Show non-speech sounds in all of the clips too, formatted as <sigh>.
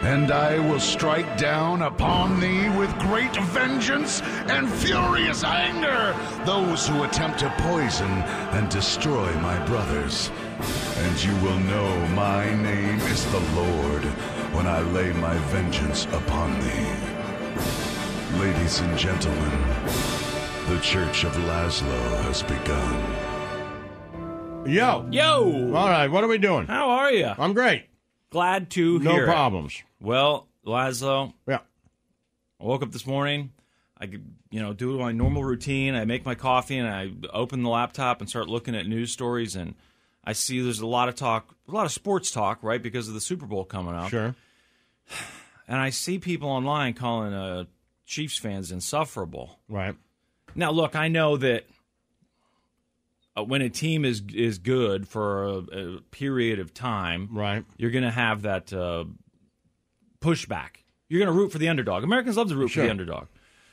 And I will strike down upon thee with great vengeance and furious anger those who attempt to poison and destroy my brothers. And you will know my name is the Lord when I lay my vengeance upon thee. Ladies and gentlemen, the Church of Laszlo has begun. Yo. Yo. All right, what are we doing? How are you? I'm great. Glad to No hear. it. problems. Well, Laszlo, Yeah. I woke up this morning. I could, you know, do my normal routine. I make my coffee and I open the laptop and start looking at news stories and I see there's a lot of talk, a lot of sports talk, right? Because of the Super Bowl coming up. Sure. And I see people online calling uh, Chiefs fans insufferable. Right. Now, look, I know that uh, when a team is is good for a, a period of time, Right. you're going to have that uh, pushback. You're going to root for the underdog. Americans love to root for Sure. the underdog.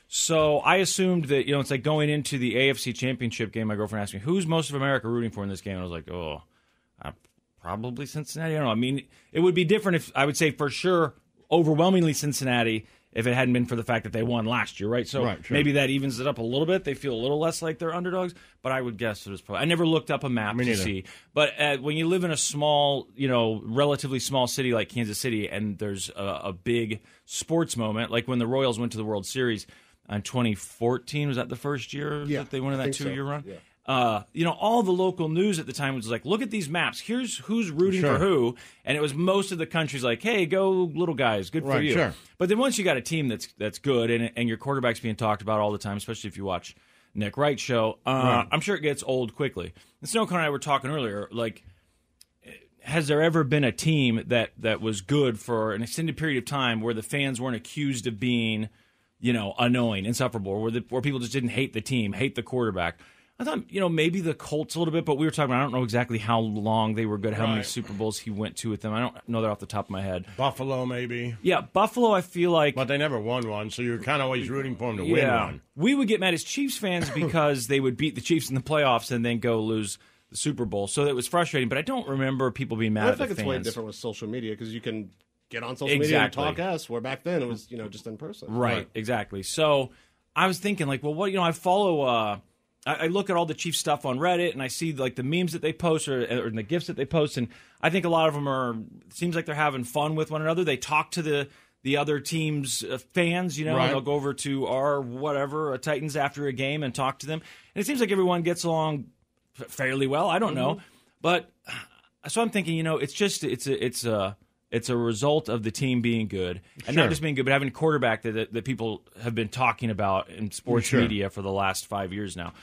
So I assumed that you know it's like going into the AFC Championship game. My girlfriend asked me, "Who's most of America rooting for in this game?" And I was like, "Oh, uh, probably Cincinnati." I don't know. I mean, it would be different if I would say for sure, overwhelmingly Cincinnati, if it hadn't been for the fact that they won last year, right? So Right, sure. maybe that evens it up a little bit. They feel a little less like they're underdogs. But I would guess it was probably. I never looked up a map Me to neither. see be. But uh, when you live in a small, you know, relatively small city like Kansas City, and there's a, a big sports moment, like when the Royals went to the World Series in 2014, was that the first year that they went on that two year run? Uh, you know, all the local news at the time was like, look at these maps. Here's who's rooting Sure. for who. And it was most of the countries like, hey, go little guys. Good for Right, you. sure. But then once you got a team that's that's good and and your quarterback's being talked about all the time, especially if you watch Nick Wright show, uh, I'm sure it gets old quickly. And Snowcone and I were talking earlier, like. Has there ever been a team that, that was good for an extended period of time where the fans weren't accused of being, you know, annoying, insufferable, or where, the, where people just didn't hate the team, hate the quarterback? I thought, you know, maybe the Colts a little bit, but we were talking about, I don't know exactly how long they were good, how many Right. Super Bowls he went to with them. I don't know that off the top of my head. Buffalo, maybe. Yeah, Buffalo, I feel like. But they never won one, so you're kind of always rooting for them to win yeah, one. we would get mad as Chiefs fans because they would beat the Chiefs in the playoffs and then go lose the Super Bowl. So it was frustrating, but I don't remember people being mad I at the think it's fans. way different with social media because you can get on social media and Exactly. talk us. Where back then it was, you know, just in person. Right, exactly. So I was thinking, like, well, what you know, I follow. uh I, I look at all the Chiefs stuff on Reddit, and I see like the memes that they post or, or the gifs that they post, and I think a lot of them are seems like they're having fun with one another. They talk to the the other team's uh, fans, you know, Right. and they'll go over to our whatever uh Titans after a game and talk to them, and it seems like everyone gets along f- fairly well. I don't know, but so I'm thinking, you know, it's just it's a it's a it's a result of the team being good, and not Sure. just being good, but having a quarterback that, that that people have been talking about in sports Sure. media for the last five years now.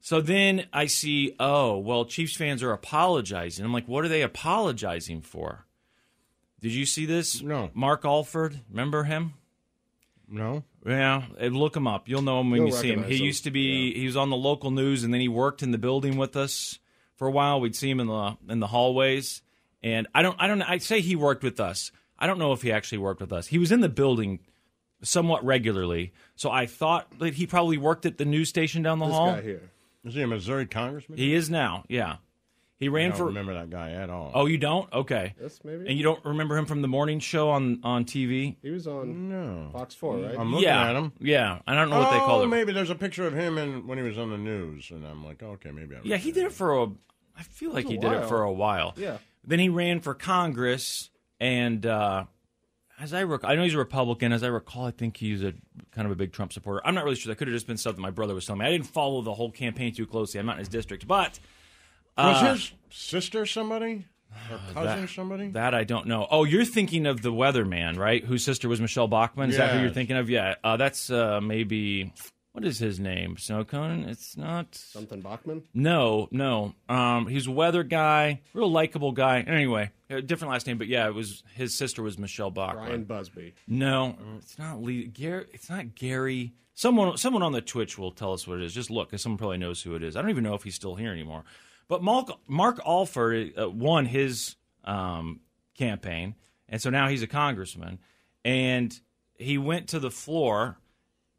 So then I see, oh well, Chiefs fans are apologizing. I'm like, what are they apologizing for? Did you see this? No. Mark Alford, remember him? No? Yeah, eh, look him up. You'll know him when You'll you see him. He recognize him. used to be he was on the local news, and then he worked in the building with us for a while. We'd see him in the in the hallways, and I don't I don't I'd say he worked with us. I don't know if he actually worked with us. He was in the building somewhat regularly, so I thought that he probably worked at the news station down the This hall. guy here. Is he a Missouri congressman? He is now, yeah. He I ran don't for. remember that guy at all. Oh, you don't? Okay. This maybe. And you don't remember him from the morning show on on TV? he was on No. Fox Four, right? Oh, I'm looking yeah, at him. yeah. I don't know what they oh, call it. maybe there's a picture of him in, when he was on the news, and I'm like, okay, maybe I Yeah, he did it for a. I feel like was he a did it while. for a while. Yeah. Then he ran for Congress, and uh, as I rec- I know he's a Republican. As I recall, I think he's a kind of a big Trump supporter. I'm not really sure. That could have just been stuff that my brother was telling me. I didn't follow the whole campaign too closely. I'm not in his district, but Was Uh, his sister somebody? Or cousin somebody? that I don't know. Oh, you're thinking of the weatherman, right? Whose sister was Michelle Bachmann? Is that who you're Yes. thinking of? Yeah, uh, that's uh, maybe. What is his name? Snowcone? It's not. Something Bachman. No, no. Um, he's a weather guy, real likable guy. Anyway, a different last name, but yeah, it was his sister was Michelle Bach. Brian Busby. No, it's not Lee. Gary, it's not Gary. Someone, someone on the Twitch will tell us what it is. Just look, because someone probably knows who it is. I don't even know if he's still here anymore. But Mark, Mark Alford uh, won his um, campaign, and so now he's a congressman. And he went to the floor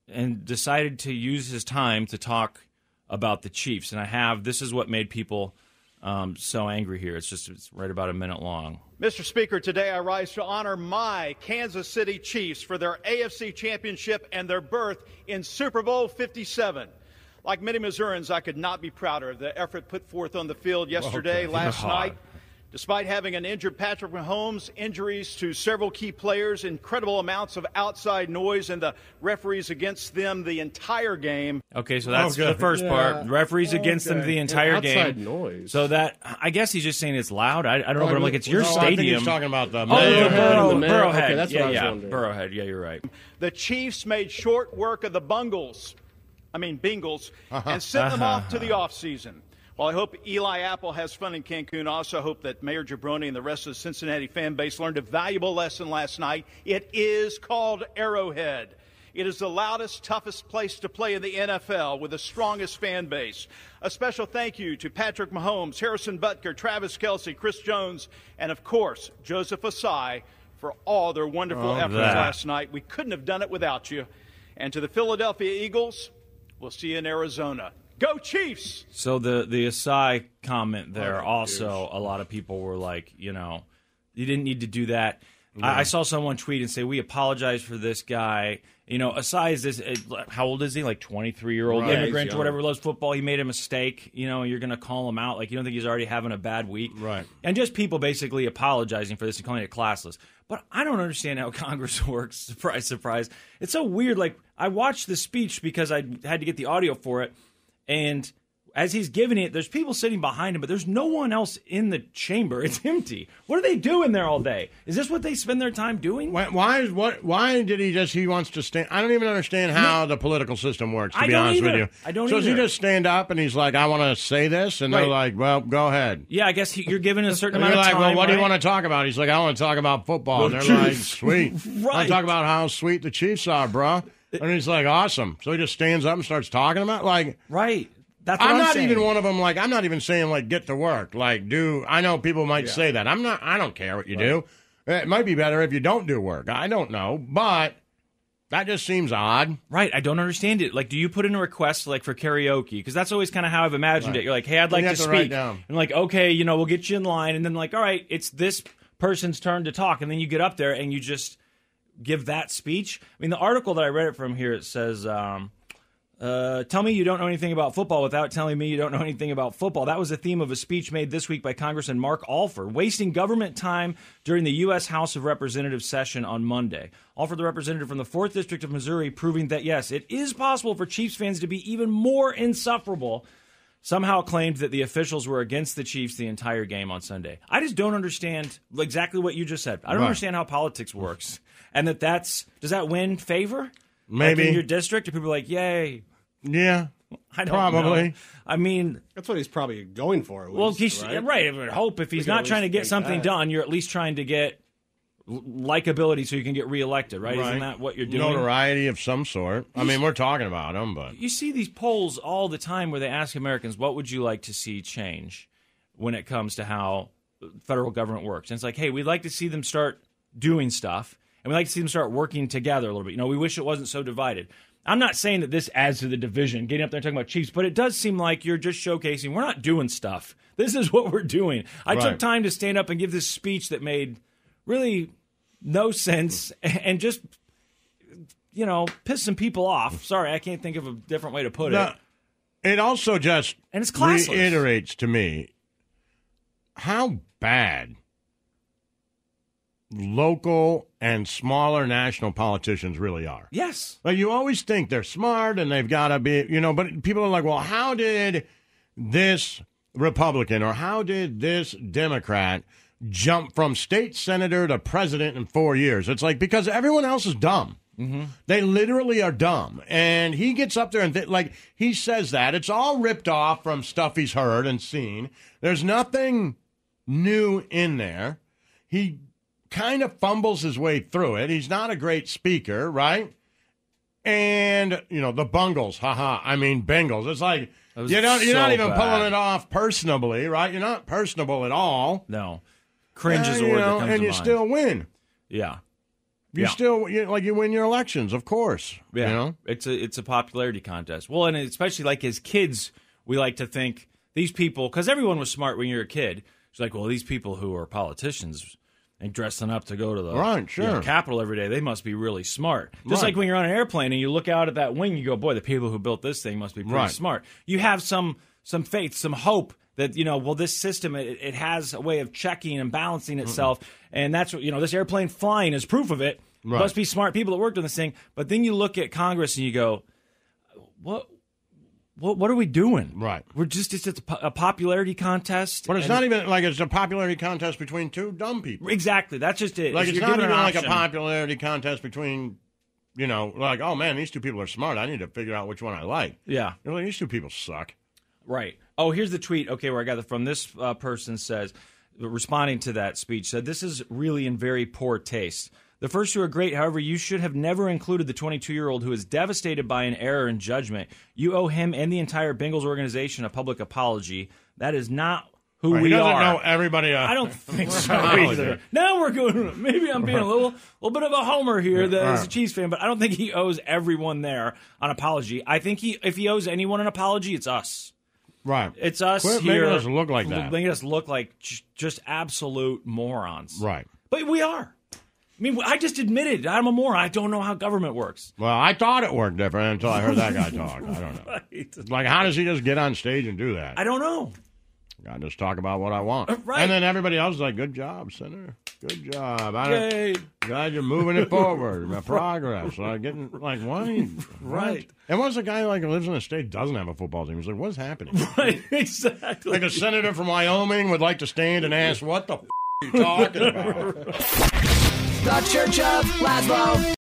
and decided to use his time to talk about the Chiefs. And I have this is what made people um, so angry here. It's just it's right about a minute long. Mr. Speaker, today I rise to honor my Kansas City Chiefs for their AFC championship and their berth in Super Bowl 57. Like many Missourians, I could not be prouder of the effort put forth on the field yesterday, last God. night. Despite having an injured Patrick Mahomes, injuries to several key players, incredible amounts of outside noise, and the referees against them the entire game, Okay, so that's Okay. the first part. Referees against them Okay. the entire And Oh, outside game. noise. So that I guess he's just saying it's loud. I, I don't know, but I'm like it's your no, I think stadium. he's talking about the Oh, mayor. the Burrow, The mayor. Burrowhead. Okay, that's what yeah, I was yeah. wondering. Burrowhead. Yeah, you're right. The Chiefs made short work of the Bungles, I mean Bengals, and sent them off to the offseason. Well, I hope Eli Apple has fun in Cancun. I also hope that Mayor Jabroni and the rest of the Cincinnati fan base learned a valuable lesson last night. It is called Arrowhead. It is the loudest, toughest place to play in the NFL with the strongest fan base. A special thank you to Patrick Mahomes, Harrison Butker, Travis Kelsey, Chris Jones, and of course, Joseph Asai for all their wonderful efforts that. last last night. We couldn't have done it without you. And to the Philadelphia Eagles, we'll see you in Arizona. Go Chiefs! So the the Asai Oh, comment there also a lot of people were like, you know, you didn't need to do that. I, I saw someone tweet and say we apologize for this guy. You know, Asai is this. uh, How old is he? Like twenty three year old Right. Yeah, immigrant he's or whatever. Loves football. He made a mistake. You know, you're going to call him out. Like you don't think he's already having a bad week, Right. And just people basically apologizing for this and calling it classless. But I don't understand how <laughs> Congress works. Surprise, surprise. It's so weird. Like I watched the speech because I had to get the audio for it, and as he's giving it, there's people sitting behind him, but there's no one else in the chamber. <laughs> It's empty. What are they doing there all day? Is this what they spend their time doing? Why, why is what? Why did he just? He wants to stand. I don't even understand how the political system works. To I be don't honest with either. you, I don't So does he either. just stand up and he's like, "I want to say this," and they're Right. like, "Well, go ahead." Yeah, I guess he, you're given a certain And amount you're of like, time. "Well, what do you right? want to talk about?" He's like, "I want to talk about football." The and they're Chiefs. <laughs> like, "Sweet, I Right. want to talk about how sweet the Chiefs are, bruh." And he's like, "Awesome." So he just stands up and starts talking about like. Right. That's what I'm I'm, not saying. even one of them. Like, I'm not even saying like get to work. Like, do I know people might say that? I'm not. I don't care what you do. It might be better if you don't do work. I don't know, but that just seems odd. Right, I don't understand it. Like, do you put in a request like for karaoke? Because that's always kind of how I've imagined it. You're like, hey, I'd like you to, have to write speak. down. And like, okay, you know, we'll get you in line, and then like, all right, it's this person's turn to talk, and then you get up there and you just give that speech. I mean, the article that I read it from here it says. Um, uh, tell me you don't know anything about football without telling me you don't know anything about football. That was the theme of a speech made this week by Congressman Mark Alford, wasting government time during the U.S. House of Representatives session on Monday. Alford, the representative from the 4th District of Missouri, proving that, yes, it is possible for Chiefs fans to be even more insufferable, somehow claimed that the officials were against the Chiefs the entire game on Sunday. I just don't understand exactly what you just said. I don't understand how politics works. And that that's, does that win favor? Like, Maybe. in your district, are people like, yay, Yeah. <laughs> I don't Probably. know. I mean, That's what he's probably going for. At well, least, he's, right. right? I would hope if he's can not at trying to least get think something that. done, you're at least trying to get l- likability so you can get reelected, right? Isn't Right. that what you're doing? Notoriety of some sort. I mean, we're talking about them, but You see these polls all the time where they ask Americans, what would you like to see change when it comes to how federal government works? And it's like, hey, we'd like to see them start doing stuff and we'd like to see them start working together a little bit. You know, we wish it wasn't so divided. I'm not saying that this adds to the division, getting up there and talking about Chiefs, but it does seem like you're just showcasing we're not doing stuff. This is what we're doing. I took Right. time to stand up and give this speech that made really no sense <laughs> and just you know piss some people off sorry i can't think of a different way to put it The- it also just And it's classless. reiterates to me how bad local and smaller national politicians really are. yes Like you always think they're smart and they've got to be, you know, but people are like, well, how did this Republican or how did this Democrat jump from state senator to president in four years? It's like because everyone else is dumb. They literally are dumb. And he gets up there and, th- like, he says that. It's all ripped off from stuff he's heard and seen. There's nothing new in there. He kind of fumbles his way through it. He's not a great speaker, right? And, you know, the Bungles, haha. I mean, Bengals. It's like, was You don't, you're so not even bad. pulling it off personably, right? You're not personable at all. No, cringe Uh, is the you word know, that comes and to you mind. still win. yeah, You Yeah. still you, like you win your elections, of course. yeah. You know? It's a it's a popularity contest. Well, and especially like as kids, we like to think these people because everyone was smart when you were a kid. It's like, well, these people who are politicians and dressing up to go to the Right, you know, sure. Capitol every day, they must be really smart. Just Right. like when you're on an airplane and you look out at that wing, you go, boy, the people who built this thing must be pretty Right. smart. You have some some faith, some hope that you know, well, this system it, it has a way of checking and balancing itself, and that's what you know. This airplane flying is proof of it. Must be smart people that worked on this thing. But then you look at Congress and you go, what? What, what are we doing? Right. We're just it's, it's a, po- a popularity contest. But it's and- not even like it's a popularity contest between two dumb people. exactly. That's just it. Like If it's you're not given even an like a option- popularity contest between, you know, like oh man, these two people are smart. I need to figure out which one I like. Yeah. You're like, these two people suck. Right. Oh, here's the tweet. Okay, where I got it from. This uh, person says, responding to that speech, said, This is really in very poor taste. The first two are great. However, you should have never included the 22 year old who is devastated by an error in judgment. You owe him and the entire Bengals organization a public apology. That is not who Right, we he doesn't are. know everybody. Uh, <laughs> I don't think so Wow. either. Now we're going. Maybe I'm being a little, little bit of a homer here that is a Chiefs fan, but I don't think he owes everyone there an apology. I think he, if he owes anyone an apology, it's us. Right. It's us Quit here. making us look like that. Making us look like j- just absolute morons. right. But we are. I mean, I just admitted I'm a moron. I don't know how government works. Well, I thought it worked different until I heard that guy talk. I <laughs> don't know. Like, how does he just get on stage and do that? I don't know. I just talk about what I want. right. And then everybody else is like, good job, Senator. Good job. I don't- Yay. Glad you're moving it forward. My progress. Like getting like why? Right. And once a guy like who lives in a state doesn't have a football team, he's like, what's happening? <laughs> exactly. like a senator from Wyoming would like to stand and ask, what the f- are you talking about? The Church of Laszlo.